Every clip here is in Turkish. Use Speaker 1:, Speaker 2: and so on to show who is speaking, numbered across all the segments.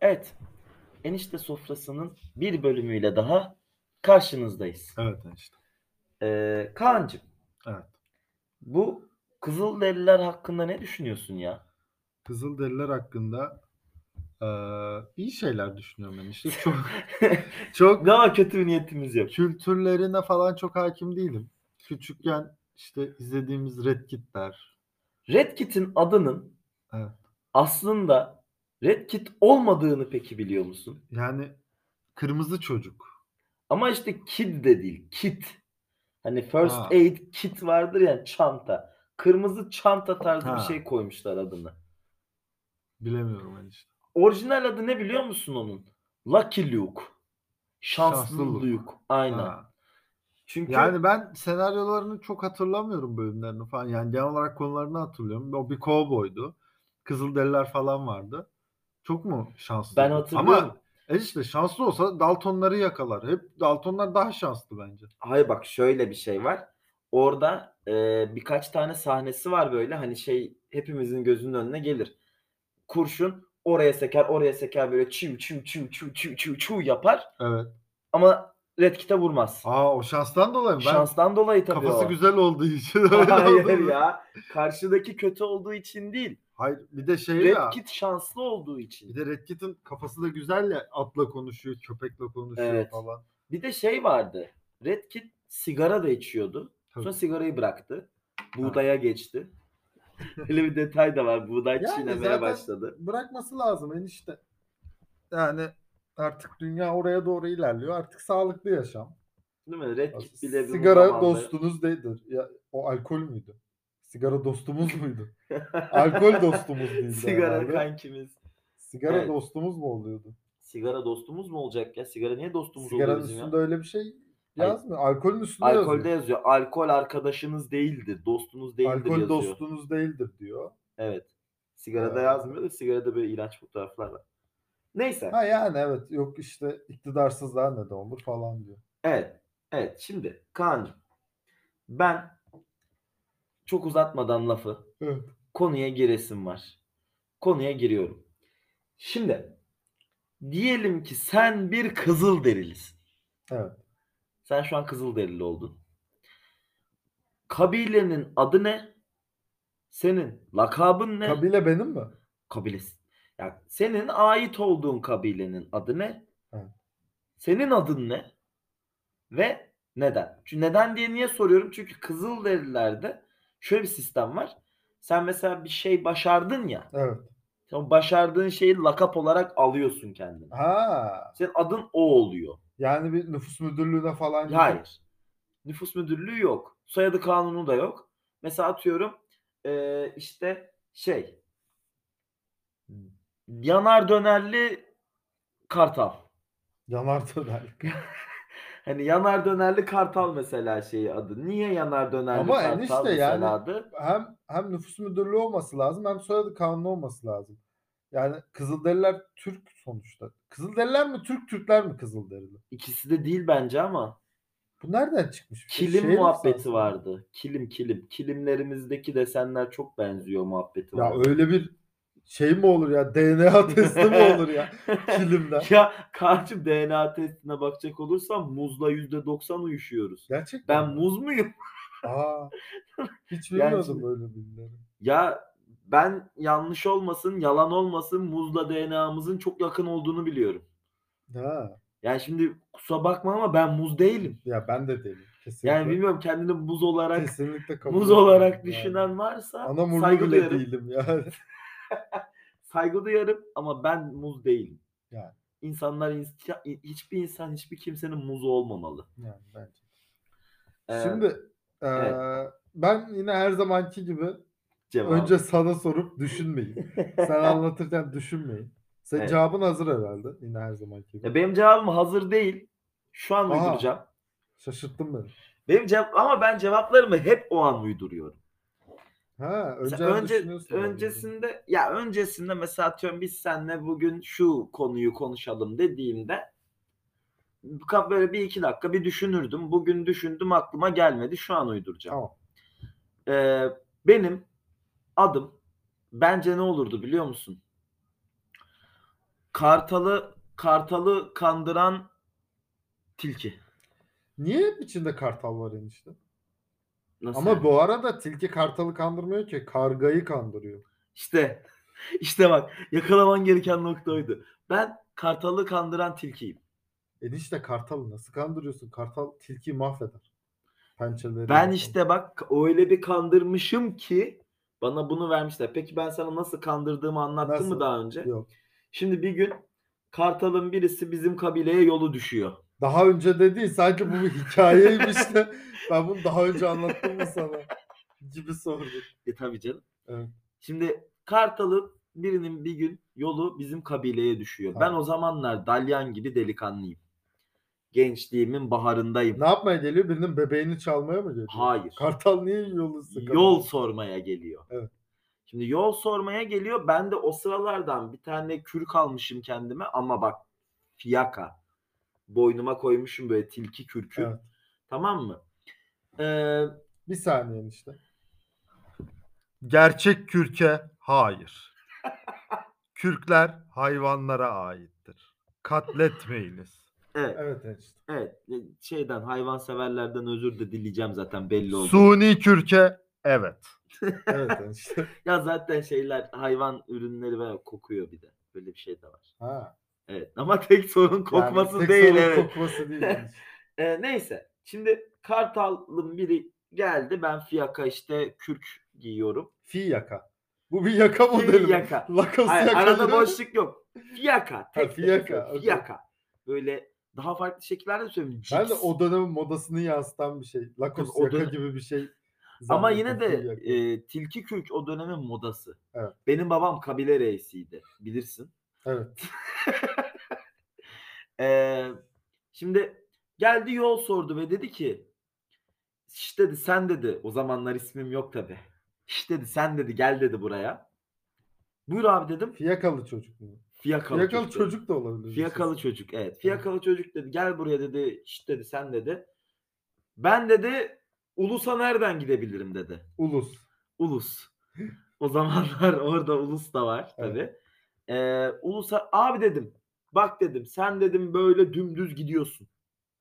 Speaker 1: Evet. Enişte sofrasının bir bölümüyle daha karşınızdayız.
Speaker 2: Evet işte.
Speaker 1: Ee, Kaan'cığım.
Speaker 2: Evet.
Speaker 1: Bu Kızılderililer hakkında ne düşünüyorsun ya?
Speaker 2: Kızılderililer hakkında eee, iyi şeyler düşünüyorum ben işte. Çok, çok
Speaker 1: Daha kötü bir niyetimiz yok.
Speaker 2: kültürlerine falan çok hakim değilim. Küçükken işte izlediğimiz Red Kitler.
Speaker 1: Red Kit'in adının
Speaker 2: Evet.
Speaker 1: aslında Red Kit olmadığını peki biliyor musun?
Speaker 2: Yani kırmızı çocuk.
Speaker 1: Ama işte kid de değil. Kit. Hani first
Speaker 2: Ha.
Speaker 1: aid kit vardır ya çanta. Kırmızı çanta tarzı
Speaker 2: Ha.
Speaker 1: bir şey koymuşlar adını.
Speaker 2: Bilemiyorum ben işte.
Speaker 1: Orijinal adı ne biliyor musun onun? Lucky Luke. Şanslı,
Speaker 2: Şanslı
Speaker 1: Luke.
Speaker 2: Luke.
Speaker 1: Aynen.
Speaker 2: Ha.
Speaker 1: Çünkü
Speaker 2: Yani ben senaryolarını çok hatırlamıyorum bölümlerini falan. Yani genel olarak konularını hatırlıyorum. O bir kovboydu. Kızılderililer falan vardı. Çok mu şanslı?
Speaker 1: ben hatırlıyorum.
Speaker 2: Ama E işte şanslı olsa Daltonları yakalar. Hep Daltonlar daha şanslı bence.
Speaker 1: Hayır bak şöyle bir şey var. Orada e, birkaç tane sahnesi var böyle hani şey hepimizin gözünün önüne gelir. Kurşun oraya seker oraya seker böyle çiv çiv çiv çiv çiv çiv çiv yapar
Speaker 2: Evet.
Speaker 1: ama Red Kit'e vurmaz.
Speaker 2: Aa o şanstan dolayı mı? Ben
Speaker 1: Şanstan dolayı tabii
Speaker 2: kafası
Speaker 1: o.
Speaker 2: güzel olduğu için. öyle
Speaker 1: Hayır
Speaker 2: oldu.
Speaker 1: ya. Karşıdaki kötü olduğu için değil.
Speaker 2: Hayır bir de şey ya.
Speaker 1: Red Kit şanslı olduğu için.
Speaker 2: Bir de Red Kit'in kafası da güzel ya. Atla konuşuyor, köpekle konuşuyor
Speaker 1: Evet.
Speaker 2: falan.
Speaker 1: Bir de şey vardı. Red Kit sigara da içiyordu.
Speaker 2: Tabii.
Speaker 1: Sonra sigarayı bıraktı. Buğdaya geçti. Öyle bir detay da var. Buğday
Speaker 2: Yani
Speaker 1: çiğnemeye
Speaker 2: zaten-
Speaker 1: başladı.
Speaker 2: Bırakması lazım enişte. Yani artık dünya oraya doğru ilerliyor. Artık sağlıklı yaşam.
Speaker 1: Değil mi? Red Kit bile bir
Speaker 2: Sigara
Speaker 1: zamanda-
Speaker 2: dostunuz değildir. Ya, o alkol müydü? Sigara dostumuz muydu? Alkol dostumuz değildi
Speaker 1: Sigara
Speaker 2: herhalde.
Speaker 1: kankimiz.
Speaker 2: Sigara
Speaker 1: Evet.
Speaker 2: dostumuz mu oluyordu?
Speaker 1: Sigara dostumuz mu olacak ya? Sigara niye dostumuz
Speaker 2: Sigaranın
Speaker 1: oluyor bizim
Speaker 2: üstünde
Speaker 1: ya?
Speaker 2: öyle bir şey
Speaker 1: Hayır.
Speaker 2: yazmıyor. Alkolün üstünde
Speaker 1: Alkolde
Speaker 2: yazıyor.
Speaker 1: yazıyor. Alkol arkadaşınız değildir. Dostunuz değildir
Speaker 2: Alkol
Speaker 1: yazıyor.
Speaker 2: dostunuz değildir diyor.
Speaker 1: Evet. Sigarada
Speaker 2: Ee,
Speaker 1: yazmıyor da sigarada böyle ilaç fotoğraflar var. Neyse.
Speaker 2: Ha yani evet yok işte iktidarsızlığa neden olur falan diyor.
Speaker 1: Evet. Evet. Şimdi Kaan'cığım ben çok uzatmadan lafı
Speaker 2: Evet.
Speaker 1: konuya giresim var. Konuya giriyorum. Şimdi diyelim ki sen bir kızıl derilisin.
Speaker 2: Evet.
Speaker 1: Sen şu an kızıl derili oldun. Kabilenin adı ne? Senin lakabın ne?
Speaker 2: Kabile benim mi?
Speaker 1: Kabilesi. Yani senin ait olduğun kabilenin adı ne?
Speaker 2: Evet.
Speaker 1: Senin adın ne? Ve neden? Çünkü neden diye niye soruyorum? Çünkü Kızılderililerde şöyle bir sistem var. Sen mesela bir şey başardın ya.
Speaker 2: Evet.
Speaker 1: Sen o başardığın şeyi lakap olarak alıyorsun kendine.
Speaker 2: Ha
Speaker 1: Senin adın o oluyor.
Speaker 2: yani bir nüfus müdürlüğüne falan gidiyor.
Speaker 1: Hayır. Nüfus müdürlüğü yok. Soyadı kanunu da yok. Mesela atıyorum eee, işte şey yanar dönerli kartal.
Speaker 2: Yanar döner.
Speaker 1: Hani yanar dönerli kartal mesela şeyi adı. Niye yanar dönerli
Speaker 2: Ama
Speaker 1: kartal
Speaker 2: enişte
Speaker 1: mesela
Speaker 2: yani-
Speaker 1: adı?
Speaker 2: hem hem nüfus müdürlüğü olması lazım hem soyadı kanunu olması lazım. Yani Kızılderililer Türk sonuçta. Kızılderililer mi Türk Türkler mi Kızılderili?
Speaker 1: İkisi de değil bence ama.
Speaker 2: Bu nereden çıkmış?
Speaker 1: Kilim
Speaker 2: Şehir
Speaker 1: muhabbeti
Speaker 2: efsanesi mi?
Speaker 1: vardı. Kilim kilim. Kilimlerimizdeki desenler çok benziyor muhabbeti
Speaker 2: Ya
Speaker 1: vardı.
Speaker 2: öyle bir şey mi olur ya? DNA testi mi olur ya?
Speaker 1: Şey,
Speaker 2: Kilimden.
Speaker 1: Ya karşı DNA testine bakacak olursam muzla %90 uyuşuyoruz.
Speaker 2: Gerçekten.
Speaker 1: Ben
Speaker 2: mi?
Speaker 1: muz muyum?
Speaker 2: Aa, hiç
Speaker 1: Yani
Speaker 2: bilmiyordum
Speaker 1: şimdi-
Speaker 2: böyle bilgileri.
Speaker 1: Ya ben yanlış olmasın, yalan olmasın muzla DNA'mızın çok yakın olduğunu biliyorum.
Speaker 2: Ha.
Speaker 1: Yani şimdi kusura bakma ama ben muz değilim.
Speaker 2: Ya ben de değilim. Kesinlikle.
Speaker 1: Yani bilmiyorum kendini muz olarak
Speaker 2: Kesinlikle kabul
Speaker 1: muz
Speaker 2: etmiyorum
Speaker 1: olarak
Speaker 2: yani.
Speaker 1: düşünen varsa
Speaker 2: Ana murdu
Speaker 1: saygı
Speaker 2: bile
Speaker 1: duyarım.
Speaker 2: değilim yani.
Speaker 1: Saygı duyarım ama ben muz değilim.
Speaker 2: Yani.
Speaker 1: İnsanlar ins- hiçbir insan hiçbir kimsenin muzu olmamalı.
Speaker 2: Yani bence.
Speaker 1: Ee,
Speaker 2: Şimdi eee,
Speaker 1: evet.
Speaker 2: ben yine her zamanki gibi
Speaker 1: cevabı.
Speaker 2: önce sana sorup düşünmeyin. Sen anlatırken düşünmeyin. Senin
Speaker 1: Evet.
Speaker 2: cevabın hazır herhalde yine her zamanki gibi.
Speaker 1: Ya benim cevabım hazır değil. Şu an
Speaker 2: Aha.
Speaker 1: uyduracağım.
Speaker 2: Şaşırttın beni.
Speaker 1: Benim cevap ama ben cevaplarımı hep o an uyduruyorum.
Speaker 2: Ha,
Speaker 1: Sen
Speaker 2: önceden
Speaker 1: önce
Speaker 2: düşünüyorsun herhalde.
Speaker 1: öncesinde ya öncesinde mesela atıyorum biz seninle bugün şu konuyu konuşalım dediğimde ka- böyle bir iki dakika bir düşünürdüm. Bugün düşündüm aklıma gelmedi. Şu an uyduracağım.
Speaker 2: Tamam.
Speaker 1: Ee, benim adım bence ne olurdu biliyor musun? Kartalı kartalı kandıran tilki.
Speaker 2: Niye hep içinde kartal var enişte?
Speaker 1: Nasıl
Speaker 2: Ama
Speaker 1: yani?
Speaker 2: bu arada tilki kartalı kandırmıyor ki kargayı kandırıyor.
Speaker 1: İşte. işte bak yakalaman gereken nokta oydu. Ben kartalı kandıran tilkiyim.
Speaker 2: Enişte kartalı nasıl kandırıyorsun? Kartal tilkiyi mahveder. Pençeleri.
Speaker 1: Ben işte bak öyle bir kandırmışım ki bana bunu vermişler. Peki ben sana nasıl kandırdığımı anlattım
Speaker 2: Nasıl?
Speaker 1: mı daha önce?
Speaker 2: Yok.
Speaker 1: Şimdi bir gün Kartal'ın birisi bizim kabileye yolu düşüyor.
Speaker 2: Daha önce de değil sanki bu bir hikayeymiş de ben bunu daha önce anlattım mı sana gibi sordum.
Speaker 1: E tabii canım.
Speaker 2: Evet.
Speaker 1: Şimdi Kartal'ın birinin bir gün yolu bizim kabileye düşüyor.
Speaker 2: Tamam.
Speaker 1: Ben o zamanlar dalyan gibi delikanlıyım. Gençliğimin baharındayım.
Speaker 2: Ne yapmaya geliyor? Birinin bebeğini çalmaya mı geliyor?
Speaker 1: Hayır.
Speaker 2: Kartal niye yolu sıkıyor?
Speaker 1: Yol sormaya geliyor.
Speaker 2: Evet.
Speaker 1: Şimdi yol sormaya geliyor. Ben de o sıralardan bir tane kürk almışım kendime ama bak fiyaka. Boynuma koymuşum böyle tilki kürkü.
Speaker 2: Evet.
Speaker 1: Tamam mı? Ee,
Speaker 2: Bir saniye enişte. Gerçek kürke hayır. Kürkler hayvanlara aittir. Katletmeyiniz.
Speaker 1: evet,
Speaker 2: Evet enişte.
Speaker 1: evet. Ee, Şeyden hayvanseverlerden özür de dileyeceğim zaten belli oldu.
Speaker 3: Suni kürke evet.
Speaker 2: Evet enişte.
Speaker 1: Ya zaten şeyler hayvan ürünleri ve kokuyor bir de. Böyle bir şey de var.
Speaker 2: Ha.
Speaker 1: Evet ama tek sorun kokması
Speaker 2: Yani tek
Speaker 1: değil
Speaker 2: sorun
Speaker 1: evet.
Speaker 2: Kokması değil. enişte.
Speaker 1: Ee, neyse. Şimdi Kartal'ın biri geldi. Ben fiyaka işte kürk giyiyorum. Şey,
Speaker 2: Fi yaka. Bu bir yaka modeli. mi?
Speaker 1: yaka.
Speaker 2: Lakos
Speaker 1: Hayır,
Speaker 2: yaka.
Speaker 1: arada
Speaker 2: değil mi?
Speaker 1: boşluk yok. Fiyaka. Tek
Speaker 2: fiyaka,
Speaker 1: fiyaka.
Speaker 2: okey.
Speaker 1: Fiyaka. Böyle daha farklı şekillerde de söyleyeyim.
Speaker 2: Ben de
Speaker 1: Cips.
Speaker 2: o dönemin modasını yansıtan bir şey. Lakos
Speaker 1: Kız, o
Speaker 2: yaka
Speaker 1: dönem-
Speaker 2: gibi bir şey.
Speaker 1: Ama
Speaker 2: zannettim,
Speaker 1: yine
Speaker 2: fi
Speaker 1: de
Speaker 2: yaka.
Speaker 1: e, tilki kürk o dönemin modası.
Speaker 2: Evet.
Speaker 1: Benim babam kabile reisiydi. Bilirsin.
Speaker 2: Evet.
Speaker 1: Ee, şimdi geldi yol sordu ve dedi ki "Şş," dedi sen dedi o zamanlar ismim yok tabi. Şş dedi sen dedi gel dedi buraya. Buyur abi dedim.
Speaker 2: Fiyakalı çocuk mu?
Speaker 1: Fiyakalı,
Speaker 2: Fiyakalı
Speaker 1: çocuk.
Speaker 2: çocuk,
Speaker 1: dedi.
Speaker 2: da olabilir.
Speaker 1: Fiyakalı çocuk evet. Fiyakalı çocuk dedi gel buraya dedi. Şş dedi sen dedi. Ben dedi Ulus'a nereden gidebilirim dedi.
Speaker 2: Ulus.
Speaker 1: Ulus. O zamanlar orada Ulus da var tabi. Ulus'a abi dedim. Bak dedim sen dedim böyle dümdüz gidiyorsun.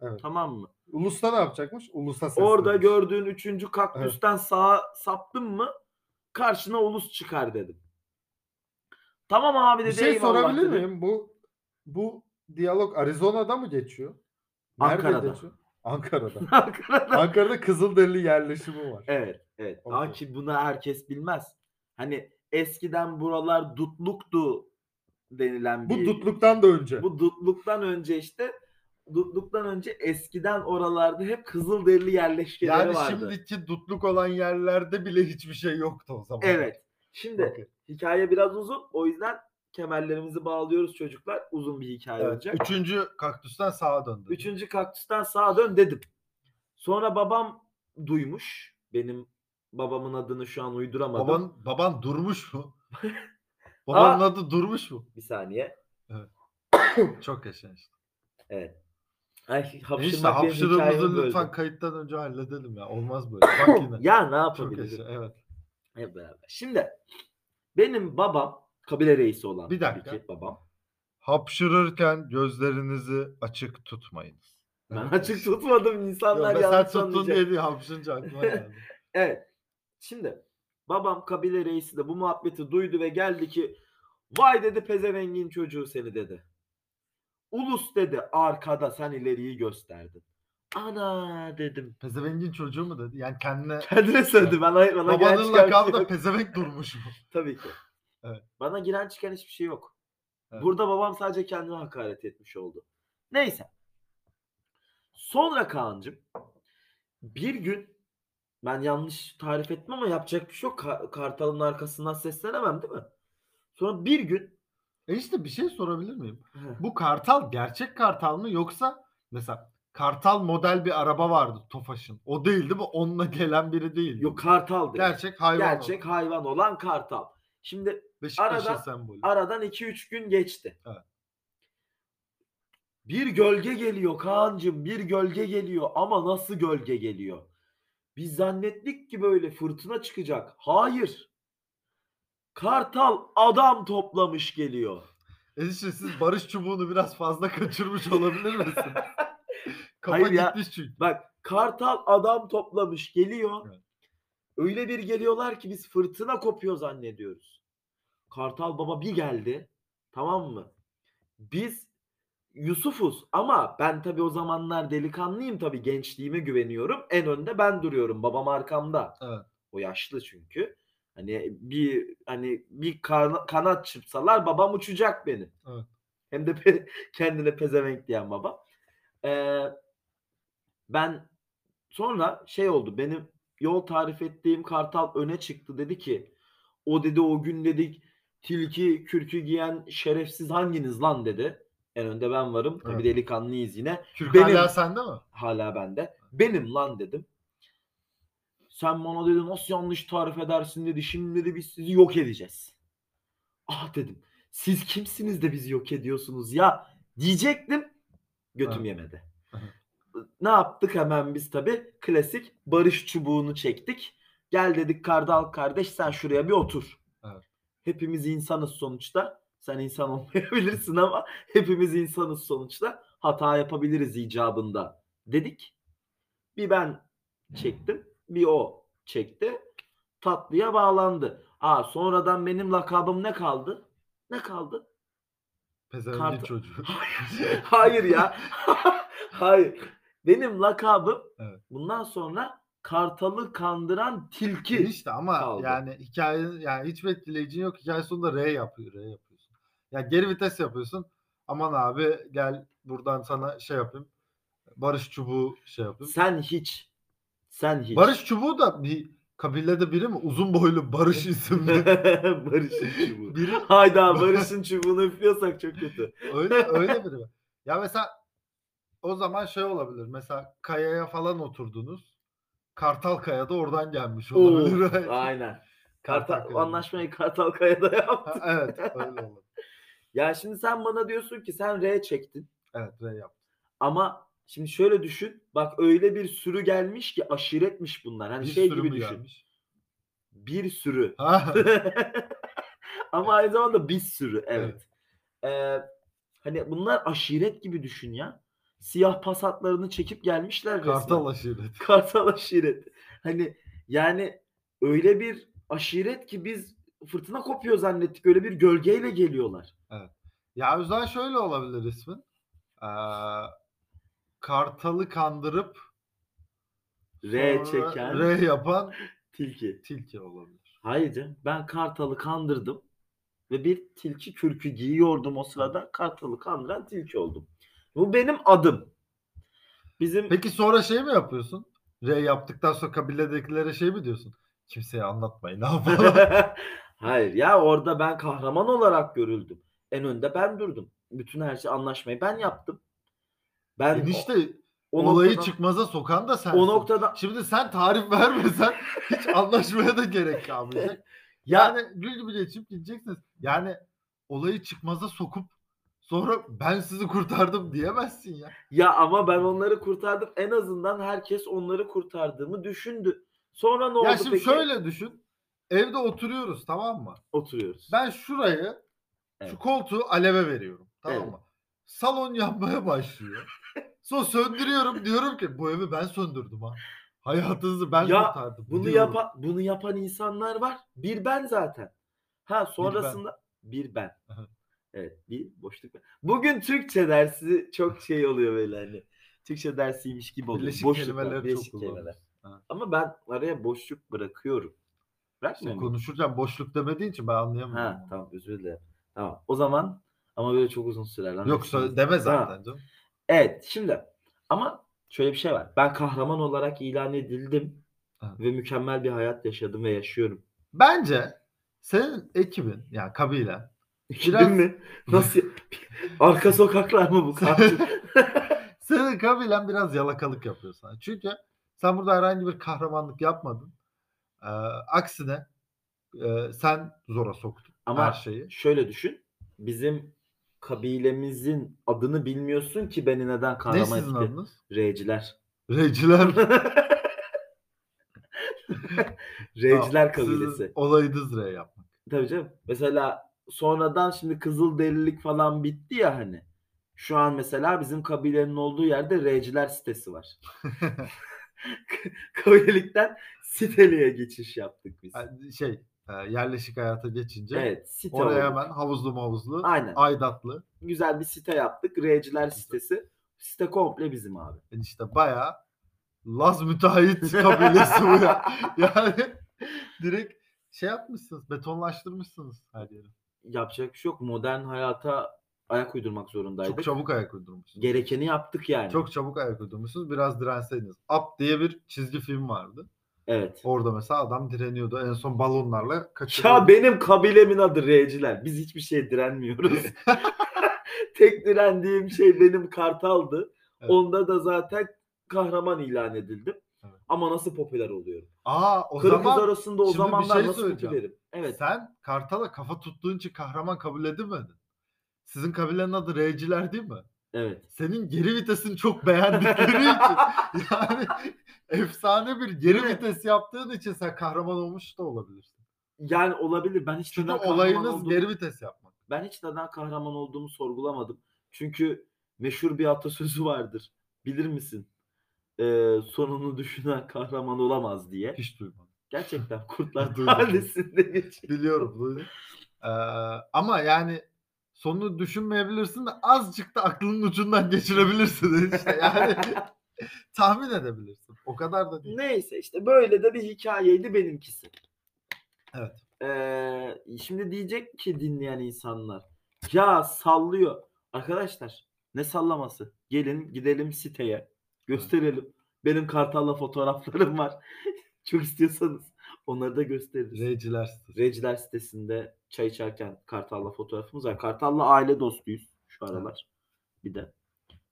Speaker 2: Evet.
Speaker 1: Tamam mı?
Speaker 2: Ulus'ta ne yapacakmış? Ulus'a seslenmiş.
Speaker 1: Orada gördüğün üçüncü kaktüsten sağa saptın mı karşına ulus çıkar dedim. Tamam abi
Speaker 2: Bir
Speaker 1: dedi.
Speaker 2: şey
Speaker 1: eyvallah
Speaker 2: sorabilir
Speaker 1: dedi.
Speaker 2: miyim? Bu bu diyalog Arizona'da mı geçiyor?
Speaker 1: Ankara'da.
Speaker 2: geçiyor? Ankara'da.
Speaker 1: Ankara'da.
Speaker 2: Ankara'da Kızılderili yerleşimi var.
Speaker 1: evet evet.
Speaker 2: Okey.
Speaker 1: Aa ki bunu herkes bilmez. Hani eskiden buralar dutluktu denilen
Speaker 2: Bu
Speaker 1: bir.
Speaker 2: dutluktan da önce.
Speaker 1: Bu dutluktan önce işte dutluktan önce eskiden oralarda hep kızılderili yerleşkeleri
Speaker 2: yani
Speaker 1: vardı.
Speaker 2: şimdiki dutluk olan yerlerde bile hiçbir şey yoktu o zaman.
Speaker 1: Evet. Şimdi
Speaker 2: Okey.
Speaker 1: hikaye biraz uzun. O yüzden kemerlerimizi bağlıyoruz çocuklar. Uzun bir hikaye
Speaker 2: Evet,
Speaker 1: olacak.
Speaker 2: Üçüncü kaktüsten sağa döndü.
Speaker 1: Üçüncü kaktüsten sağa dön dedim. Sonra babam duymuş. Benim babamın adını şu an uyduramadım.
Speaker 2: Baban, baban durmuş mu? Babanın
Speaker 1: Aa!
Speaker 2: adı durmuş mu?
Speaker 1: Bir saniye.
Speaker 2: Çok yaşa işte.
Speaker 1: Ay
Speaker 2: Neyse
Speaker 1: hapşırmak benim hikayemi
Speaker 2: hapşırığımızı
Speaker 1: böldü.
Speaker 2: lütfen kayıttan önce halledelim ya. Olmaz böyle. Bak yine.
Speaker 1: Ya ne
Speaker 2: Çok yaşa.
Speaker 1: yapabilirim?
Speaker 2: Evet.
Speaker 1: Hep beraber. Şimdi benim babam kabile reisi olan
Speaker 2: Bir
Speaker 1: tabii
Speaker 2: dakika.
Speaker 1: ki babam.
Speaker 3: Hapşırırken gözlerinizi açık tutmayınız.
Speaker 1: Ben
Speaker 2: Evet.
Speaker 1: açık tutmadım
Speaker 2: Yok,
Speaker 1: insanlar
Speaker 2: ben sen
Speaker 1: yanlış
Speaker 2: tuttun
Speaker 1: anlayacak.
Speaker 2: diye değil hapşınca aklıma geldi.
Speaker 1: Evet. Şimdi babam kabile reisi de bu muhabbeti duydu ve geldi ki vay dedi pezevengin çocuğu seni dedi. Ulus dedi arkada sen ileriyi gösterdin. Ana dedim.
Speaker 2: Pezevengin çocuğu mu dedi? Yani kendine
Speaker 1: Kendine söyledi ben hayır bana giren
Speaker 2: babanın
Speaker 1: çıkan bir
Speaker 2: lakabı
Speaker 1: şey
Speaker 2: da
Speaker 1: yok.
Speaker 2: pezevenk durmuş mu?
Speaker 1: Tabii ki.
Speaker 2: Evet.
Speaker 1: Bana giren çıkan hiçbir şey yok.
Speaker 2: Evet.
Speaker 1: Burada babam sadece kendine hakaret etmiş oldu. Neyse. Sonra Kaan'cığım bir gün ben yanlış tarif etmem ama yapacak bir şey yok. Ka- Kartal'ın arkasından seslenemem değil mi? Sonra bir gün
Speaker 2: E işte bir şey sorabilir miyim?
Speaker 1: Heh,
Speaker 2: Bu kartal gerçek kartal mı yoksa mesela kartal model bir araba vardı Tofaş'ın. O değildi bu onunla gelen biri değildi.
Speaker 1: yok Kartal dedi.
Speaker 2: Gerçek hayvan.
Speaker 1: Gerçek hayvan olan Kartal. Şimdi
Speaker 2: Beşiktaş'ın
Speaker 1: Arada-
Speaker 2: sembolü.
Speaker 1: aradan 2-3 gün geçti.
Speaker 2: Evet.
Speaker 1: Bir gölge geliyor Kaan'cığım bir gölge geliyor ama nasıl gölge geliyor? Biz zannettik ki böyle fırtına çıkacak. Hayır. Kartal adam toplamış geliyor.
Speaker 2: Enişte siz barış çubuğunu biraz fazla kaçırmış olabilir misiniz? Kafa
Speaker 1: Hayır ya.
Speaker 2: gitmiş çünkü.
Speaker 1: Bak Kartal adam toplamış geliyor.
Speaker 2: Evet.
Speaker 1: Öyle bir geliyorlar ki biz fırtına kopuyor zannediyoruz. Kartal baba bir geldi. Tamam mı? Biz Yusuf'uz ama ben tabii o zamanlar delikanlıyım tabii gençliğime güveniyorum. En önde ben duruyorum. Babam arkamda.
Speaker 2: Evet.
Speaker 1: O yaşlı çünkü. Hani bir hani bir kana- kanat çırpsalar babam uçacak beni.
Speaker 2: Evet.
Speaker 1: Hem de pe- kendine pezevenk diyen baba. Ee, ben sonra şey oldu benim yol tarif ettiğim kartal öne çıktı dedi ki o dedi o gün dedik tilki kürkü giyen şerefsiz hanginiz lan dedi. En önde ben varım. Tabii
Speaker 2: Evet.
Speaker 1: delikanlıyız yine.
Speaker 2: Kürk
Speaker 1: Benim-
Speaker 2: hala sende mi?
Speaker 1: Hala bende. Benim lan dedim. Sen bana dedi nasıl yanlış tarif edersin dedi. Şimdi dedi biz sizi yok edeceğiz. Ah dedim. Siz kimsiniz de bizi yok ediyorsunuz ya diyecektim. Götüm
Speaker 2: Evet.
Speaker 1: yemedi.
Speaker 2: Aha.
Speaker 1: ne yaptık hemen biz tabi klasik barış çubuğunu çektik. Gel dedik Kardal kardeş sen şuraya bir otur.
Speaker 2: Evet.
Speaker 1: Hepimiz insanız sonuçta. Sen insan olmayabilirsin ama hepimiz insanız sonuçta. Hata yapabiliriz icabında dedik. Bir ben çektim, bir o çekti. Tatlıya bağlandı. Aa sonradan benim lakabım ne kaldı? Ne kaldı?
Speaker 2: Pezevengin
Speaker 1: Kartal-
Speaker 2: çocuğu.
Speaker 1: Hayır, hayır ya. hayır. Benim lakabım
Speaker 2: Evet.
Speaker 1: bundan sonra kartalı kandıran tilki.
Speaker 2: işte ama
Speaker 1: kaldı.
Speaker 2: yani hikayenin yani hiç bekleyicin yok. Hikaye sonunda R yapıyor. R yapıyorsun. Ya geri vites yapıyorsun. Aman abi gel buradan sana şey yapayım. Barış çubuğu şey yapayım.
Speaker 1: Sen hiç. Sen hiç.
Speaker 2: Barış çubuğu da bir kabilede biri mi? Uzun boylu Barış isimli.
Speaker 1: Barış'ın çubuğu.
Speaker 2: biri
Speaker 1: Hayda Barış'ın çubuğunu üflüyorsak çok kötü.
Speaker 2: öyle öyle biri. var. Ya mesela o zaman şey olabilir. Mesela kayaya falan oturdunuz. Kartal Kaya da oradan gelmiş olabilir.
Speaker 1: Oo, Aynen. Kartal,
Speaker 2: Kaya'da.
Speaker 1: anlaşmayı Kartal Kaya'da
Speaker 2: Ha,
Speaker 1: yaptı.
Speaker 2: evet öyle olur.
Speaker 1: ya şimdi sen bana diyorsun ki sen R çektin
Speaker 2: Evet R yap.
Speaker 1: ama şimdi şöyle düşün. Bak öyle bir sürü gelmiş ki aşiretmiş bunlar. Hani
Speaker 2: Bir
Speaker 1: şey
Speaker 2: sürü
Speaker 1: gibi
Speaker 2: mü
Speaker 1: düşün.
Speaker 2: gelmiş?
Speaker 1: Bir sürü.
Speaker 2: Ha.
Speaker 1: ama aynı zamanda bir sürü evet. Ee, hani bunlar aşiret gibi düşün ya. Siyah pasatlarını çekip gelmişler resmen.
Speaker 2: Kartal aşireti.
Speaker 1: Kartal aşireti. Hani yani öyle bir aşiret ki biz fırtına kopuyor zannettik. Öyle bir gölgeyle geliyorlar.
Speaker 2: Ya o yüzden şöyle olabilir ismin. Ee, kartalı kandırıp
Speaker 1: R
Speaker 2: sonra
Speaker 1: çeken
Speaker 2: R yapan
Speaker 1: tilki.
Speaker 2: tilki olabilir.
Speaker 1: Hayır canım, ben kartalı kandırdım ve bir tilki kürkü giyiyordum o sırada. Kartalı kandıran tilki oldum. Bu benim adım. Bizim
Speaker 2: Peki sonra şey mi yapıyorsun? R yaptıktan sonra kabiledekilere şey mi diyorsun? Kimseye anlatmayın. Ne yapalım?
Speaker 1: Hayır ya orada ben kahraman olarak görüldüm. En önde ben durdum. Bütün her şey anlaşmayı ben yaptım. Ben
Speaker 2: Enişte
Speaker 1: o
Speaker 2: olayı
Speaker 1: noktadan-
Speaker 2: çıkmaza sokan da sensin.
Speaker 1: o noktada
Speaker 2: Şimdi sen tarif vermesen hiç anlaşmaya da gerek kalmayacak.
Speaker 1: ya
Speaker 2: Yani gül gibi geçip gideceksiniz. Yani olayı çıkmaza sokup sonra ben sizi kurtardım diyemezsin ya.
Speaker 1: ya ama ben onları kurtardım. En azından herkes onları kurtardığımı düşündü. Sonra ne oldu
Speaker 2: Ya şimdi
Speaker 1: peki?
Speaker 2: şöyle düşün. Evde oturuyoruz tamam mı?
Speaker 1: oturuyoruz.
Speaker 2: Ben şurayı
Speaker 1: Evet.
Speaker 2: şu koltuğu aleve veriyorum. Tamam
Speaker 1: Evet.
Speaker 2: mı? Salon yanmaya başlıyor. Sonra söndürüyorum diyorum ki bu evi ben söndürdüm ha. Hayatınızı ben
Speaker 1: Ya,
Speaker 2: kurtardım.
Speaker 1: Bunu
Speaker 2: diyorum.
Speaker 1: yapan bunu yapan insanlar var. Bir ben zaten. Ha sonrasında bir ben.
Speaker 2: Aha.
Speaker 1: Evet bir boşluk ben. Bugün Türkçe dersi çok şey oluyor böyle hani. Türkçe dersiymiş gibi oluyor.
Speaker 2: Birleşik
Speaker 1: Boşluklar,
Speaker 2: kelimeleri çok
Speaker 1: birleşik
Speaker 2: kullanıyoruz.
Speaker 1: kelimeler.
Speaker 2: Ha.
Speaker 1: Ama ben araya boşluk bırakıyorum. Bırakmıyor muyum?
Speaker 2: Hani Konuşurken boşluk demediğin için ben anlayamıyorum.
Speaker 1: Ha tamam özür dilerim. Tamam o zaman ama böyle çok uzun sürer lan.
Speaker 2: Yoksa deme zaten
Speaker 1: Ha,
Speaker 2: canım.
Speaker 1: Evet şimdi ama şöyle bir şey var. Ben kahraman olarak ilan edildim.
Speaker 2: Ha.
Speaker 1: Ve mükemmel bir hayat yaşadım ve yaşıyorum.
Speaker 2: Bence senin ekibin yani kabile
Speaker 1: Biraz... mi? Nasıl? Arka sokaklar mı bu katil?
Speaker 2: senin kabilen biraz yalakalık yapıyor sana. Çünkü sen burada herhangi bir kahramanlık yapmadın. Ee, aksine e, sen zora soktun her
Speaker 1: Ama
Speaker 2: şeyi.
Speaker 1: şöyle düşün. Bizim kabilemizin adını bilmiyorsun ki beni neden
Speaker 2: Ne
Speaker 1: kahraman
Speaker 2: sizin
Speaker 1: etti.
Speaker 2: adınız?
Speaker 1: R'ciler.
Speaker 2: Reyciler.
Speaker 1: R'ciler
Speaker 2: Sizin
Speaker 1: kabilesi.
Speaker 2: Olayınız R yapmak.
Speaker 1: Tabii canım. Mesela sonradan şimdi kızıl delilik falan bitti ya hani. Şu an mesela bizim kabilenin olduğu yerde R'ciler sitesi var. Kabilelikten siteliğe geçiş yaptık biz.
Speaker 2: Yani şey e, yerleşik hayata geçince
Speaker 1: Evet site oldu.
Speaker 2: oraya hemen havuzlu mavuzlu
Speaker 1: Aynen.
Speaker 2: aydatlı
Speaker 1: Güzel bir site yaptık. R'ciler sitesi. Site komple bizim abi.
Speaker 2: yani işte bayağı Laz müteahhit kabilesi bu ya. Yani direkt şey yapmışsınız betonlaştırmışsınız her yeri.
Speaker 1: Yapacak bir şey yok. Modern hayata ayak uydurmak zorundaydık.
Speaker 2: Çok çabuk ayak uydurmuşsunuz.
Speaker 1: Gerekeni yaptık yani.
Speaker 2: Çok çabuk ayak uydurmuşsunuz. Biraz direnseydiniz. Up diye bir çizgi film vardı.
Speaker 1: Evet.
Speaker 2: Orada mesela adam direniyordu. En son balonlarla kaçırıyordu.
Speaker 1: Ya benim kabilemin adı R'ciler. Biz hiçbir şeye direnmiyoruz. Tek direndiğim şey benim Kartal'dı.
Speaker 2: Evet.
Speaker 1: Onda da zaten kahraman ilan edildim.
Speaker 2: Evet.
Speaker 1: Ama nasıl popüler oluyorum?
Speaker 2: Aa o
Speaker 1: Karı kız
Speaker 2: zaman
Speaker 1: arasında o
Speaker 2: şimdi bir
Speaker 1: zamanlar
Speaker 2: şey
Speaker 1: nasıl
Speaker 2: söyleyeceğim.
Speaker 1: popülerim? Evet.
Speaker 2: sen Kartal'a kafa tuttuğun için kahraman kabul edilmedin. Sizin kabilenin adı R'ciler değil mi?
Speaker 1: Evet.
Speaker 2: Senin geri vitesini çok beğendikleri için yani efsane bir geri
Speaker 1: Evet.
Speaker 2: vites yaptığın için sen kahraman olmuş da olabilirsin.
Speaker 1: Yani olabilir. Ben hiç
Speaker 2: Çünkü
Speaker 1: neden kahraman
Speaker 2: olayınız
Speaker 1: olduğumu-
Speaker 2: geri vites yapmak.
Speaker 1: Ben hiç neden kahraman olduğumu sorgulamadım. Çünkü meşhur bir atasözü vardır. Bilir misin? Ee, sonunu düşünen kahraman olamaz diye.
Speaker 2: Hiç duymadım.
Speaker 1: Gerçekten Kurtlar
Speaker 2: Duydum.
Speaker 1: Vadisi'nde geçiyor.
Speaker 2: Biliyorum duydum. Ee, ama yani sonunu düşünmeyebilirsin de azıcık da aklının ucundan geçirebilirsin işte yani tahmin edebilirsin. O kadar da değil.
Speaker 1: Neyse işte böyle de bir hikayeydi benimkisi.
Speaker 2: Evet.
Speaker 1: Ee, şimdi diyecek ki dinleyen insanlar. Ya sallıyor. Arkadaşlar ne sallaması? Gelin gidelim siteye. Gösterelim. Benim kartalla fotoğraflarım var. Çok istiyorsanız onları da gösteririz.
Speaker 2: Reyciler sitesi.
Speaker 1: Reciler sitesinde çay içerken Kartal'la fotoğrafımız var. Kartal'la aile dostuyuz şu aralar. Bir de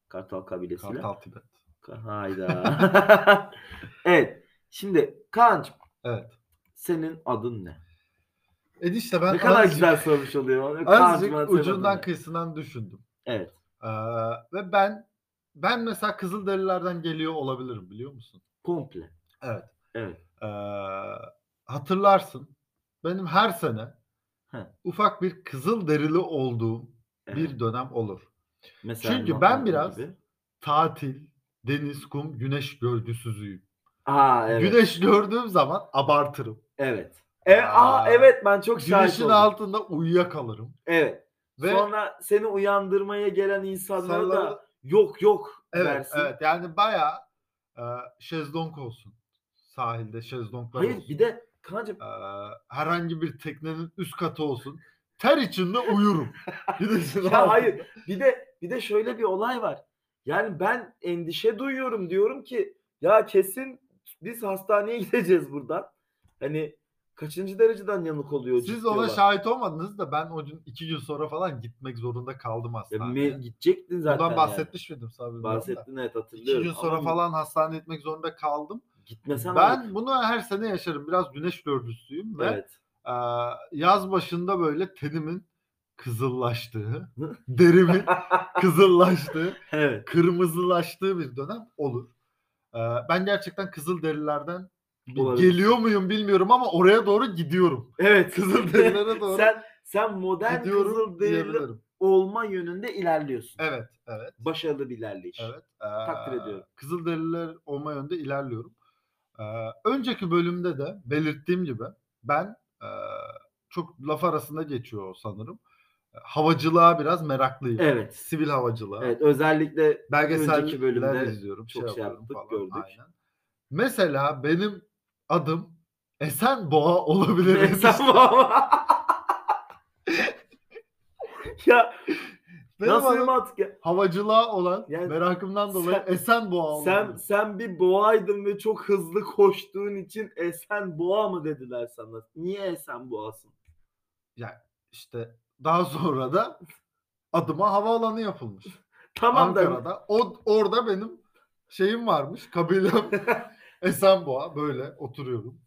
Speaker 1: Kartal kabilesiyle.
Speaker 2: Kartal Tibet.
Speaker 1: Ka- Hayda. evet. Şimdi Kaan'cığım
Speaker 2: Evet.
Speaker 1: senin adın ne?
Speaker 2: E işte ben
Speaker 1: ne kadar
Speaker 2: azıcık-
Speaker 1: güzel sormuş oluyor. Kaan'cığım, ben
Speaker 2: Azıcık
Speaker 1: senin
Speaker 2: ucundan
Speaker 1: adın ne?
Speaker 2: kıyısından düşündüm.
Speaker 1: Evet.
Speaker 2: Ee, ve ben ben mesela Kızılderililerden geliyor olabilirim biliyor musun?
Speaker 1: Komple.
Speaker 2: Evet.
Speaker 1: Evet.
Speaker 2: Ee, hatırlarsın benim her sene
Speaker 1: He.
Speaker 2: ufak bir Kızılderili olduğum
Speaker 1: evet.
Speaker 2: bir dönem olur.
Speaker 1: Mesela
Speaker 2: Çünkü
Speaker 1: benim
Speaker 2: ben
Speaker 1: adamım
Speaker 2: biraz-
Speaker 1: gibi.
Speaker 2: Tatil, deniz, kum, güneş görgüsüzüyüm.
Speaker 1: Aa evet.
Speaker 2: Güneş gördüğüm zaman abartırım.
Speaker 1: Evet. E, aa,
Speaker 2: Aa,
Speaker 1: evet ben çok şahit
Speaker 2: Güneşin
Speaker 1: oldum.
Speaker 2: altında uyuyakalırım.
Speaker 1: Evet.
Speaker 2: Ve
Speaker 1: Sonra seni uyandırmaya gelen insanlara
Speaker 2: Sarılara
Speaker 1: da yok yok
Speaker 2: evet,
Speaker 1: dersin.
Speaker 2: evet yani bayağı e, şezlong olsun. Sahilde şezlonglar
Speaker 1: Hayır
Speaker 2: olsun.
Speaker 1: bir de kancım
Speaker 2: Ee, herhangi bir teknenin üst katı olsun. Ter içinde uyurum. Güneşin
Speaker 1: ya
Speaker 2: altında.
Speaker 1: hayır bir de bir de şöyle bir olay var. Yani ben endişe duyuyorum diyorum ki ya kesin biz hastaneye gideceğiz buradan. Hani kaçıncı dereceden yanık oluyor
Speaker 2: Siz
Speaker 1: diyorlar.
Speaker 2: ona şahit olmadınız da ben o gün iki gün sonra falan gitmek zorunda kaldım
Speaker 1: Ya
Speaker 2: hastaneye.
Speaker 1: me- gidecektin zaten.
Speaker 2: Bundan
Speaker 1: yani.
Speaker 2: bahsetmiş miydim sabır?
Speaker 1: Bahsettin evet
Speaker 2: İki
Speaker 1: hatırlıyorum.
Speaker 2: gün sonra
Speaker 1: Ama
Speaker 2: falan hastaneye gitmek zorunda kaldım.
Speaker 1: Gitmesen olur.
Speaker 2: ben bunu her sene yaşarım. Biraz güneş görgüsüyüm ve
Speaker 1: Evet.
Speaker 2: e, yaz başında böyle tenimin kızıllaştığı, derimin kızıllaştığı
Speaker 1: evet.
Speaker 2: kırmızılaştığı bir dönem olur. Ee, ben gerçekten Kızılderililerden bir
Speaker 1: Olabilir.
Speaker 2: geliyor muyum bilmiyorum ama oraya doğru gidiyorum.
Speaker 1: Evet.
Speaker 2: Kızılderililere doğru
Speaker 1: sen sen modern
Speaker 2: gidiyorum
Speaker 1: Kızılderili
Speaker 2: diyebilirim.
Speaker 1: olma yönünde ilerliyorsun.
Speaker 2: Evet, evet,
Speaker 1: Başarılı bir ilerleyiş.
Speaker 2: evet. Ee,
Speaker 1: Takdir ediyorum.
Speaker 2: Kızılderililer olma yönde ilerliyorum. Ee, önceki bölümde de belirttiğim gibi ben ee, çok laf arasında geçiyor o sanırım. Havacılığa biraz meraklıyım.
Speaker 1: Evet.
Speaker 2: Sivil havacılığa.
Speaker 1: Evet özellikle önceki
Speaker 2: belgesel
Speaker 1: bölümde
Speaker 2: izliyorum.
Speaker 1: çok şey
Speaker 2: yapıyorum
Speaker 1: yaptık, gördük.
Speaker 2: aynen. Mesela benim adım Esen Boğa olabilir.
Speaker 1: Neyse, ama- ya
Speaker 2: benim
Speaker 1: nasıl
Speaker 2: adım
Speaker 1: mantık ya?
Speaker 2: havacılığa olan
Speaker 1: Yani
Speaker 2: merakımdan dolayı
Speaker 1: sen-
Speaker 2: Esen Boğa
Speaker 1: Sen
Speaker 2: olabilir.
Speaker 1: sen bir boğaydın ve çok hızlı koştuğun için Esen Boğa mı dediler sana? Niye Esen Boğasın?
Speaker 2: işte daha sonra da adıma havaalanı yapılmış.
Speaker 1: Tamam da
Speaker 2: Ankara'da. O, orada benim şeyim varmış. Kabilem Esenboğa böyle oturuyorum.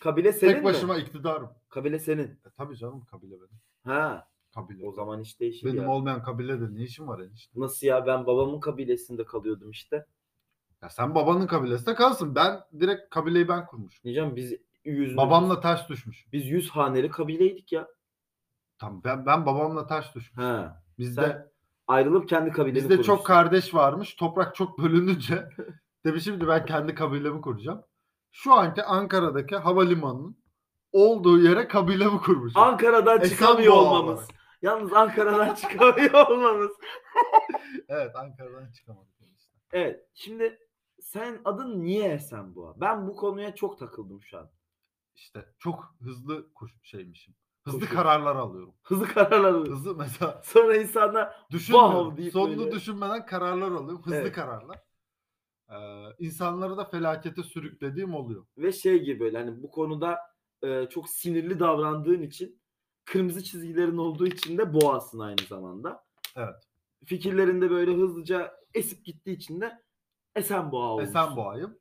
Speaker 1: kabile senin
Speaker 2: Tek
Speaker 1: mi?
Speaker 2: başıma iktidarım.
Speaker 1: Kabile senin.
Speaker 2: E, tabii canım kabile benim.
Speaker 1: Ha
Speaker 2: Kabile.
Speaker 1: o zaman iş değişir
Speaker 2: benim
Speaker 1: ya.
Speaker 2: olmayan kabilede ne işim var enişte?
Speaker 1: Nasıl ya ben babamın kabilesinde kalıyordum işte.
Speaker 2: Ya sen babanın kabilesinde kalsın. Ben direkt kabileyi ben kurmuşum.
Speaker 1: Diyeceğim biz yüz
Speaker 2: Babamla ters düşmüşüm.
Speaker 1: biz yüz haneli kabileydik ya.
Speaker 2: Tam ben ben babamla ters düşmüş.
Speaker 1: Ha.
Speaker 2: Bizde
Speaker 1: Sen Ayrılıp kendi kabileni
Speaker 2: bizde çok
Speaker 1: kurmuşsun.
Speaker 2: kardeş varmış. Toprak çok bölününce demiş şimdi ben kendi kabilemi kuracağım. Şu anki Ankara'daki havalimanının olduğu yere kabilemi kurmuşum.
Speaker 1: Ankara'dan
Speaker 2: Esenboğa
Speaker 1: çıkamıyor
Speaker 2: olarak.
Speaker 1: olmamız. Yalnız Ankara'dan çıkamıyor olmamız.
Speaker 2: Evet Ankara'dan çıkamadık. işte.
Speaker 1: Evet. Şimdi sen adın niye Esenboğa? Ben bu konuya çok takıldım şu an.
Speaker 2: İşte çok hızlı kuş şeymişim. Hızlı
Speaker 1: Koşuyor.
Speaker 2: kararlar alıyorum.
Speaker 1: Hızlı kararlar alıyorum.
Speaker 2: Hızlı mesela
Speaker 1: Sonra insanlar
Speaker 2: Düşünmüyorum.
Speaker 1: deyip
Speaker 2: Sonunu
Speaker 1: böyle-
Speaker 2: düşünmeden kararlar alıyorum. Hızlı
Speaker 1: Evet.
Speaker 2: kararlar. Ee, insanları da felakete sürüklediğim oluyor.
Speaker 1: ve şey gibi böyle hani bu konuda e, çok sinirli davrandığın için kırmızı çizgilerin olduğu için de boğasın aynı zamanda.
Speaker 2: Evet.
Speaker 1: Fikirlerinde böyle hızlıca esip gittiği için de Esenboğa olmuş.
Speaker 2: Esenboğa'yım.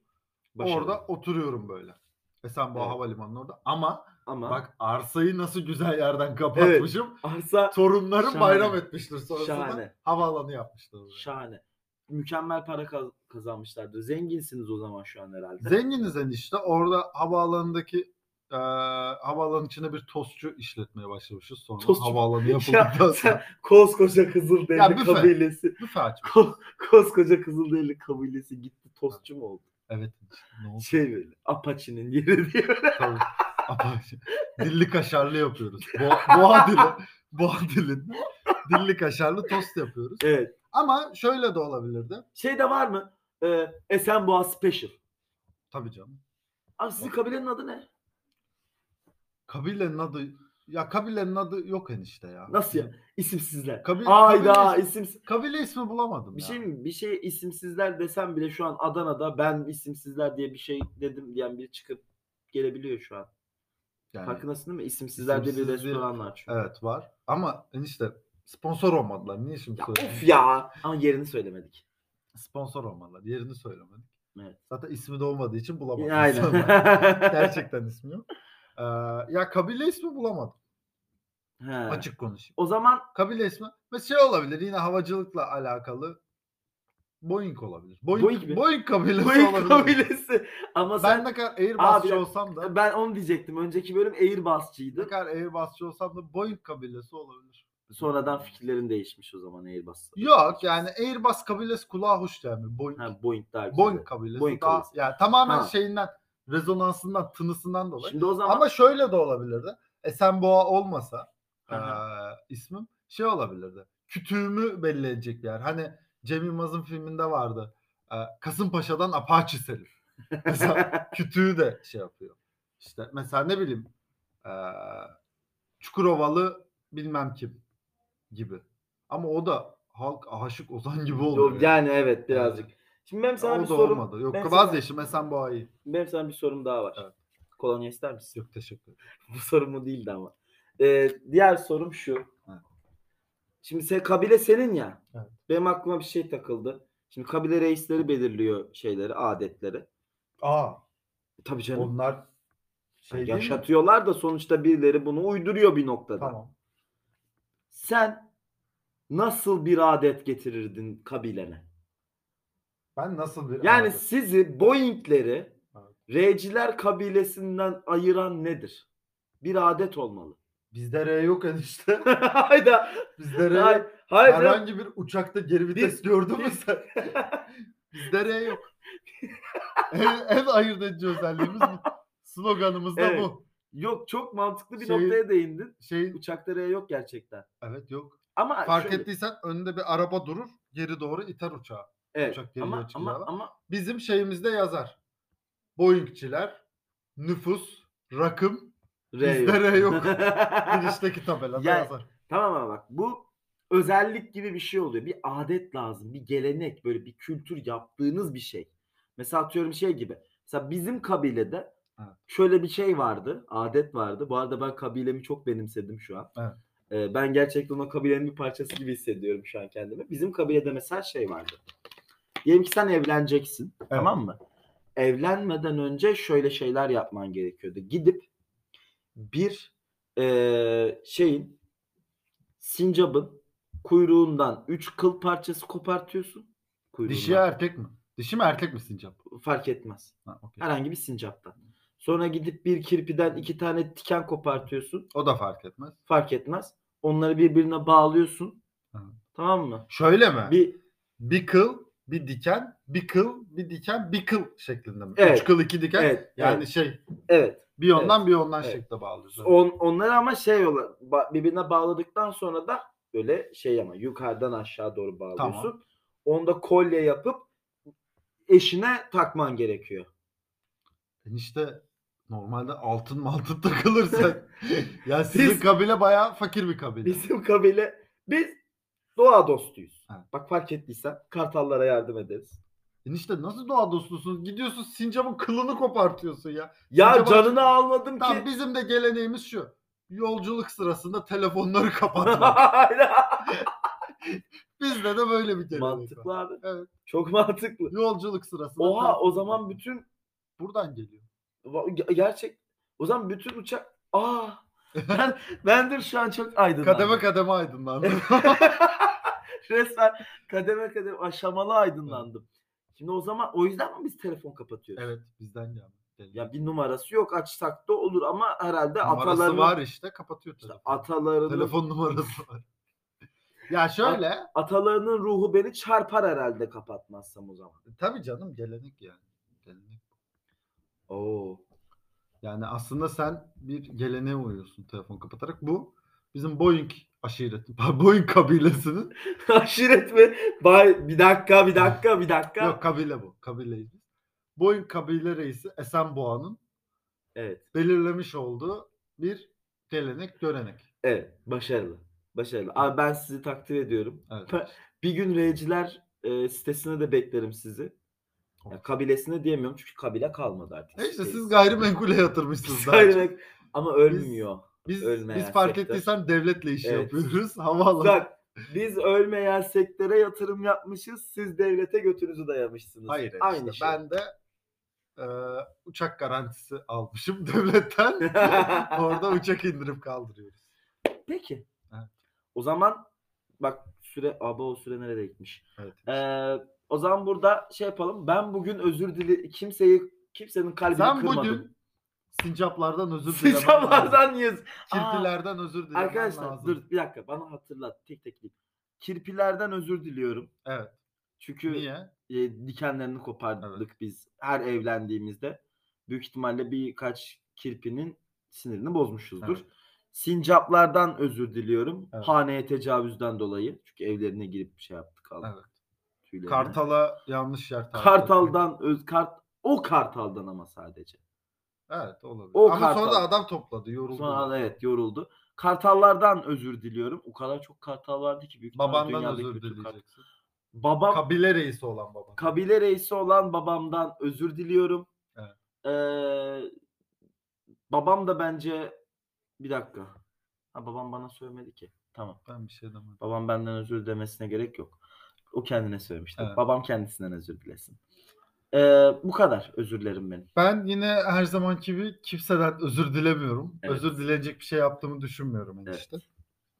Speaker 2: Orada oturuyorum böyle. Esenboğa
Speaker 1: Evet.
Speaker 2: Havalimanı'nın orada. Ama
Speaker 1: ama
Speaker 2: bak arsayı nasıl güzel yerden kapatmışım.
Speaker 1: arsa
Speaker 2: Torunlarım
Speaker 1: Şahane.
Speaker 2: bayram etmiştir sonrasında.
Speaker 1: Şahane.
Speaker 2: Havaalanı yapmışlar. oraya.
Speaker 1: şahane. Mükemmel para kaz- kazanmışlardı. Zenginsiniz o zaman şu an herhalde.
Speaker 2: Zenginiz enişte. Orada havaalanındaki e, havaalanın içine bir tostçu işletmeye başlamışız. Sonra
Speaker 1: Tostçu-
Speaker 2: havaalanı
Speaker 1: Ya
Speaker 2: yapıldıktan
Speaker 1: sen
Speaker 2: sonra
Speaker 1: koskoca Kızılderili
Speaker 2: Ya büfe.
Speaker 1: kabilesi.
Speaker 2: büfe açmış.
Speaker 1: ko- koskoca Kızılderili kabilesi gitti tostçu mu oldu?
Speaker 2: Evet. Ne oldu?
Speaker 1: Şey böyle Apache'nin yeri diye.
Speaker 2: Tabii. Ama şey, dilli kaşarlı yapıyoruz. Boğa, boğa dili. Boğa dilinde dilli kaşarlı tost yapıyoruz.
Speaker 1: evet.
Speaker 2: Ama şöyle de olabilirdi.
Speaker 1: Şey de var mı? Ee, Esenboğa Special.
Speaker 2: Tabii canım.
Speaker 1: Abi sizin kabilenin adı ne?
Speaker 2: Kabilenin adı ya kabilenin adı yok enişte ya.
Speaker 1: Nasıl ya? İsimsizler.
Speaker 2: Kabi-
Speaker 1: Ayda
Speaker 2: kabile-
Speaker 1: isimsiz.
Speaker 2: Kabile ismi bulamadım
Speaker 1: Bir
Speaker 2: ya.
Speaker 1: şey mi? Bir şey isimsizler desem bile şu an Adana'da ben isimsizler diye bir şey dedim diyen biri çıkıp gelebiliyor şu an.
Speaker 2: Yani,
Speaker 1: Farkındasın değil mi? İsimsizler diye bir
Speaker 2: İsimsiz bir-
Speaker 1: restoran var çünkü.
Speaker 2: Evet var. Ama enişte sponsor olmadılar. Niye şimdi
Speaker 1: Ya
Speaker 2: söyleyeyim?
Speaker 1: of ya. Ama yerini söylemedik.
Speaker 2: Sponsor olmadılar. Yerini söylemedik.
Speaker 1: Evet.
Speaker 2: Zaten ismi de olmadığı için bulamadım.
Speaker 1: Aynen.
Speaker 2: Gerçekten ismi yok. Ee, ya kabile ismi bulamadım.
Speaker 1: He.
Speaker 2: Açık konuşayım.
Speaker 1: O zaman
Speaker 2: kabile ismi ve şey olabilir yine havacılıkla alakalı Boeing olabilir. Boeing,
Speaker 1: Boeing mi?
Speaker 2: Boeing, kabilesi
Speaker 1: Boeing
Speaker 2: şey olabilir.
Speaker 1: kabilesi. Ama
Speaker 2: Ben
Speaker 1: sen
Speaker 2: ne kadar Airbus'çu
Speaker 1: Abi,
Speaker 2: olsam da
Speaker 1: ben onu diyecektim. Önceki bölüm
Speaker 2: ne
Speaker 1: Airbus'çıydı.
Speaker 2: kadar Airbus'çu olsam da Boeing kabilesi olabilir.
Speaker 1: Sonradan fikirlerin değişmiş o zaman Airbus'ta.
Speaker 2: Yok yani Airbus kabilesi kulağa hoş yani Boeing.
Speaker 1: Ha, Boeing daha güzel.
Speaker 2: Boeing kabilesi
Speaker 1: Boeing
Speaker 2: daha
Speaker 1: kabilesi.
Speaker 2: yani tamamen
Speaker 1: Ha.
Speaker 2: şeyinden rezonansından tınısından dolayı.
Speaker 1: Şimdi o zaman
Speaker 2: Ama şöyle de olabilirdi. Esenboğa olmasa
Speaker 1: Hı
Speaker 2: eee, ismim şey olabilirdi. Kütüğümü belli edecek bir yer. Hani Cem Yılmaz'ın filminde vardı. Eee, Kasımpaşa'dan Apache Selim. Mesela kütüğü de şey yapıyor. İşte mesela ne bileyim eee, Çukurovalı bilmem kim gibi. Ama o da halk aşık Ozan gibi oluyor.
Speaker 1: Yok, yani evet birazcık. Şimdi benim sana
Speaker 2: o
Speaker 1: bir
Speaker 2: da
Speaker 1: sorum
Speaker 2: olmadı. Yok
Speaker 1: ben sana-
Speaker 2: vazgeçtim Esenboğa'yı.
Speaker 1: benim sana bir sorum daha var.
Speaker 2: Evet.
Speaker 1: Kolonya ister misin?
Speaker 2: Yok teşekkür ederim.
Speaker 1: Bu sorum bu değildi ama. Ee, diğer sorum şu.
Speaker 2: Ha.
Speaker 1: Şimdi sen, kabile senin ya.
Speaker 2: Evet.
Speaker 1: Benim aklıma bir şey takıldı. Şimdi kabile reisleri belirliyor şeyleri, adetleri. E,
Speaker 2: Aa
Speaker 1: Tabii canım.
Speaker 2: onlar şey değil mi?
Speaker 1: yaşatıyorlar da sonuçta birileri bunu uyduruyor bir noktada.
Speaker 2: Tamam.
Speaker 1: Sen nasıl bir adet getirirdin kabilene?
Speaker 2: Ben nasıl bir
Speaker 1: Yani
Speaker 2: adet?
Speaker 1: sizi Boeing'leri
Speaker 2: Evet.
Speaker 1: R'ciler kabilesinden ayıran nedir? Bir adet olmalı.
Speaker 2: bizde R yok enişte.
Speaker 1: hayda.
Speaker 2: Bizde R
Speaker 1: Hay,
Speaker 2: yok.
Speaker 1: hayda.
Speaker 2: herhangi bir uçakta geri vites gördün mü
Speaker 1: bir-
Speaker 2: sen? Bizde R yok. en, en ayırt edici özelliğimiz bu. Sloganımız da
Speaker 1: Evet.
Speaker 2: bu.
Speaker 1: Yok çok mantıklı bir
Speaker 2: Şey-
Speaker 1: noktaya değindin.
Speaker 2: Şey
Speaker 1: Uçakta R yok gerçekten.
Speaker 2: evet yok.
Speaker 1: Ama
Speaker 2: Fark
Speaker 1: şöyle-
Speaker 2: ettiysen önde bir araba durur, geri doğru iter uçağı.
Speaker 1: evet,
Speaker 2: uçak geliyor,
Speaker 1: ama, ama,
Speaker 2: çıkıyor
Speaker 1: ama,
Speaker 2: ama- Bizim şeyimizde yazar. Boeing'çiler, nüfus, rakım,
Speaker 1: R yok.
Speaker 2: bizde R yok. girişteki tabelada
Speaker 1: Yani-
Speaker 2: yazar.
Speaker 1: tamam ama bak bu özellik gibi bir şey oluyor. Bir adet lazım. Bir gelenek böyle bir kültür yaptığınız bir şey. Mesela atıyorum şey gibi. Mesela bizim kabilede
Speaker 2: Evet.
Speaker 1: şöyle bir şey vardı. Adet vardı. Bu arada ben kabilemi çok benimsedim şu an.
Speaker 2: Evet.
Speaker 1: Ee, ben gerçekten o kabilenin bir parçası gibi hissediyorum şu an kendimi. Bizim kabilede mesela şey vardı. Diyelim ki sen evleneceksin. Tamam mı? Evlenmeden önce şöyle şeyler yapman gerekiyordu. Gidip bir eee, şeyin sincapın kuyruğundan 3 kıl parçası kopartıyorsun. Kuyruğundan.
Speaker 2: Dişi erkek mi? Dişi mi erkek mi sincap?
Speaker 1: Fark etmez.
Speaker 2: Ha, okey.
Speaker 1: Herhangi bir sincaptan. Sonra gidip bir kirpiden iki tane tiken kopartıyorsun.
Speaker 2: O da fark etmez.
Speaker 1: Fark etmez. Onları birbirine bağlıyorsun.
Speaker 2: Hı.
Speaker 1: Tamam mı?
Speaker 2: Şöyle mi? Bir,
Speaker 1: Bir
Speaker 2: kıl, bir diken, bir kıl, bir diken, bir kıl şeklinde mi?
Speaker 1: Evet.
Speaker 2: Üç kıl, iki diken.
Speaker 1: evet
Speaker 2: yani
Speaker 1: evet,
Speaker 2: şey
Speaker 1: evet.
Speaker 2: bir yondan bir yondan
Speaker 1: Evet.
Speaker 2: şekle bağlıyorsun.
Speaker 1: On, onları ama şey yola ba- birbirine bağladıktan sonra da böyle şey ama yukarıdan aşağı doğru bağlıyorsun. Onu da kolye yapıp eşine takman gerekiyor.
Speaker 2: Enişte normalde altın mı altın takılırsa. ya sizin
Speaker 1: Biz-
Speaker 2: kabile bayağı fakir bir kabile.
Speaker 1: Bizim kabile biz doğa dostuyuz.
Speaker 2: Ha.
Speaker 1: Bak fark ettiysen kartallara yardım ederiz.
Speaker 2: Enişte nasıl doğa dostusunuz? Gidiyorsun sincapın kılını kopartıyorsun ya.
Speaker 1: Ya
Speaker 2: Sincap-
Speaker 1: canını almadım ki.
Speaker 2: Tam bizim de geleneğimiz şu. Yolculuk sırasında telefonları kapatmak.
Speaker 1: Aynen.
Speaker 2: Bizde de böyle bir gelenek var.
Speaker 1: mantıklı abi.
Speaker 2: Evet.
Speaker 1: Çok mantıklı.
Speaker 2: Yolculuk sırasında.
Speaker 1: Oha
Speaker 2: telefon
Speaker 1: o zaman
Speaker 2: kapatmak.
Speaker 1: bütün
Speaker 2: buradan geliyor.
Speaker 1: Va- ge- gerçek o zaman bütün uçak aa ben bendir şu an çok aydınlandım.
Speaker 2: Kademe kademe aydınlandı.
Speaker 1: Resmen kademe kademe aşamalı aydınlandım. Şimdi o zaman o yüzden mi biz telefon kapatıyoruz?
Speaker 2: evet bizden geldi. Geliyor.
Speaker 1: Ya bir numarası yok açsak da olur ama herhalde
Speaker 2: Numarası
Speaker 1: ataların
Speaker 2: var işte kapatıyor
Speaker 1: işte
Speaker 2: telefonu.
Speaker 1: atalarının
Speaker 2: Telefon numarası var. ya şöyle
Speaker 1: atalarının ruhu beni çarpar herhalde kapatmazsam o zaman.
Speaker 2: tabii canım gelenek yani. Gelenek.
Speaker 1: Oo.
Speaker 2: Yani aslında sen bir geleneğe uyuyorsun telefon kapatarak. Bu bizim Boeing aşireti, Boeing kabilesinin
Speaker 1: Aşiret mi? Bay bir dakika bir dakika bir dakika.
Speaker 2: yok kabile bu. Kabileyiz biz. Boeing kabile reisi Esenboğa'nın
Speaker 1: Evet.
Speaker 2: belirlemiş olduğu bir gelenek, görenek.
Speaker 1: Evet. Başarılı. Başarılı. Abi ben sizi takdir ediyorum.
Speaker 2: Evet.
Speaker 1: Ben- Bir gün reyciler e, sitesine de beklerim sizi. Ya, kabilesine diyemiyorum çünkü kabile kalmadı artık.
Speaker 2: Neyse
Speaker 1: Siteyiz.
Speaker 2: siz gayrimenkule yatırmışsınız.
Speaker 1: Biz
Speaker 2: daha çok.
Speaker 1: gayrimen- Ama ölmüyor.
Speaker 2: Biz,
Speaker 1: ölmeyen
Speaker 2: biz fark
Speaker 1: sektör.
Speaker 2: ettiysen devletle iş
Speaker 1: Evet.
Speaker 2: yapıyoruz. Havaalanı.
Speaker 1: Bak biz ölmeyen sektöre yatırım yapmışız. Siz devlete götünüzü dayamışsınız.
Speaker 2: Hayır.
Speaker 1: Aynı
Speaker 2: işte
Speaker 1: şey.
Speaker 2: Ben de e, uçak garantisi almışım devletten. Orada uçak indirip kaldırıyoruz.
Speaker 1: Peki.
Speaker 2: Evet.
Speaker 1: O zaman bak süre aba o süre nereye gitmiş?
Speaker 2: Evet.
Speaker 1: Ee, o zaman burada şey yapalım. Ben bugün özür dili kimseyi kimsenin kalbini
Speaker 2: Sen
Speaker 1: kırmadım.
Speaker 2: bugün sincaplardan özür dilemen lazım.
Speaker 1: Sıçamadan yüz.
Speaker 2: Kirpilerden özür dilemen
Speaker 1: Arkadaşlar
Speaker 2: lazım.
Speaker 1: dur bir dakika bana hatırlat tek tek değil. Kirpilerden özür diliyorum.
Speaker 2: Evet.
Speaker 1: Çünkü
Speaker 2: Niye?
Speaker 1: e, dikenlerini kopardık biz her evlendiğimizde. Büyük ihtimalle birkaç kirpinin sinirini bozmuşuzdur.
Speaker 2: Evet.
Speaker 1: Sincaplardan özür diliyorum.
Speaker 2: Evet.
Speaker 1: Haneye tecavüzden dolayı. Çünkü evlerine girip şey yaptık aldık
Speaker 2: Evet.
Speaker 1: tüylerini.
Speaker 2: Kartala yanlış yer tarif etmek.
Speaker 1: Kartal'dan öz, kart, o kartaldan ama sadece.
Speaker 2: Evet olabilir.
Speaker 1: O
Speaker 2: Ama sonra
Speaker 1: kartal.
Speaker 2: da adam topladı yoruldu.
Speaker 1: Sonra da evet yoruldu. Kartallardan özür diliyorum. O kadar çok kartal vardı ki büyük ihtimalle
Speaker 2: Babandan
Speaker 1: dünyadaki
Speaker 2: özür
Speaker 1: bütün kart-
Speaker 2: dileyeceksin.
Speaker 1: Babam
Speaker 2: Kabile reisi olan baban.
Speaker 1: kabile reisi olan babamdan özür diliyorum.
Speaker 2: Evet.
Speaker 1: Ee, babam da bence bir dakika. Ha, babam bana söylemedi ki. Tamam.
Speaker 2: ben bir şey demedim.
Speaker 1: Babam benden özür demesine gerek yok. O kendine söylemişti.
Speaker 2: Evet.
Speaker 1: Babam kendisinden özür dilesin. Ee, bu kadar özürlerim benim.
Speaker 2: Ben yine her zamanki gibi kimseden özür dilemiyorum.
Speaker 1: Evet.
Speaker 2: Özür dilenecek bir şey yaptığımı düşünmüyorum
Speaker 1: Evet.
Speaker 2: enişte.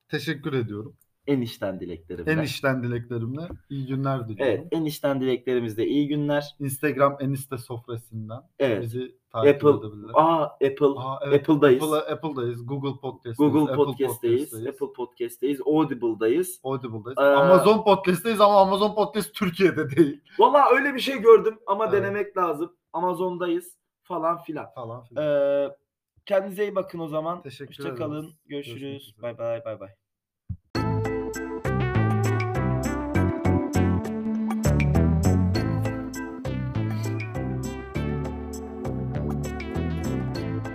Speaker 2: Teşekkür ediyorum.
Speaker 1: Enişten dileklerimle.
Speaker 2: Enişten dileklerimle iyi günler diliyorum.
Speaker 1: Evet, enişten dileklerimizde iyi günler.
Speaker 2: Instagram eniste sofrasından
Speaker 1: Evet.
Speaker 2: bizi takip
Speaker 1: Apple-
Speaker 2: edebilirler.
Speaker 1: Aa Apple,
Speaker 2: Aa, evet.
Speaker 1: Apple'dayız.
Speaker 2: Apple'a- Apple'dayız. Google Podcast'teyiz.
Speaker 1: Google
Speaker 2: Apple
Speaker 1: Podcast'teyiz. Apple Podcast'teyiz. Audible'dayız.
Speaker 2: Audible'dayız.
Speaker 1: Ee,
Speaker 2: Amazon Podcast'teyiz ama Amazon Podcast Türkiye'de değil
Speaker 1: Valla öyle bir şey gördüm ama
Speaker 2: Evet.
Speaker 1: denemek lazım. Amazon'dayız falan filan.
Speaker 2: falan filan.
Speaker 1: Ee, kendinize iyi bakın o zaman.
Speaker 2: Teşekkür
Speaker 1: Hoşçakalın.
Speaker 2: ederiz. Görüşmek
Speaker 1: Görüşürüz.
Speaker 2: üzere.
Speaker 1: Bay bay bay bay.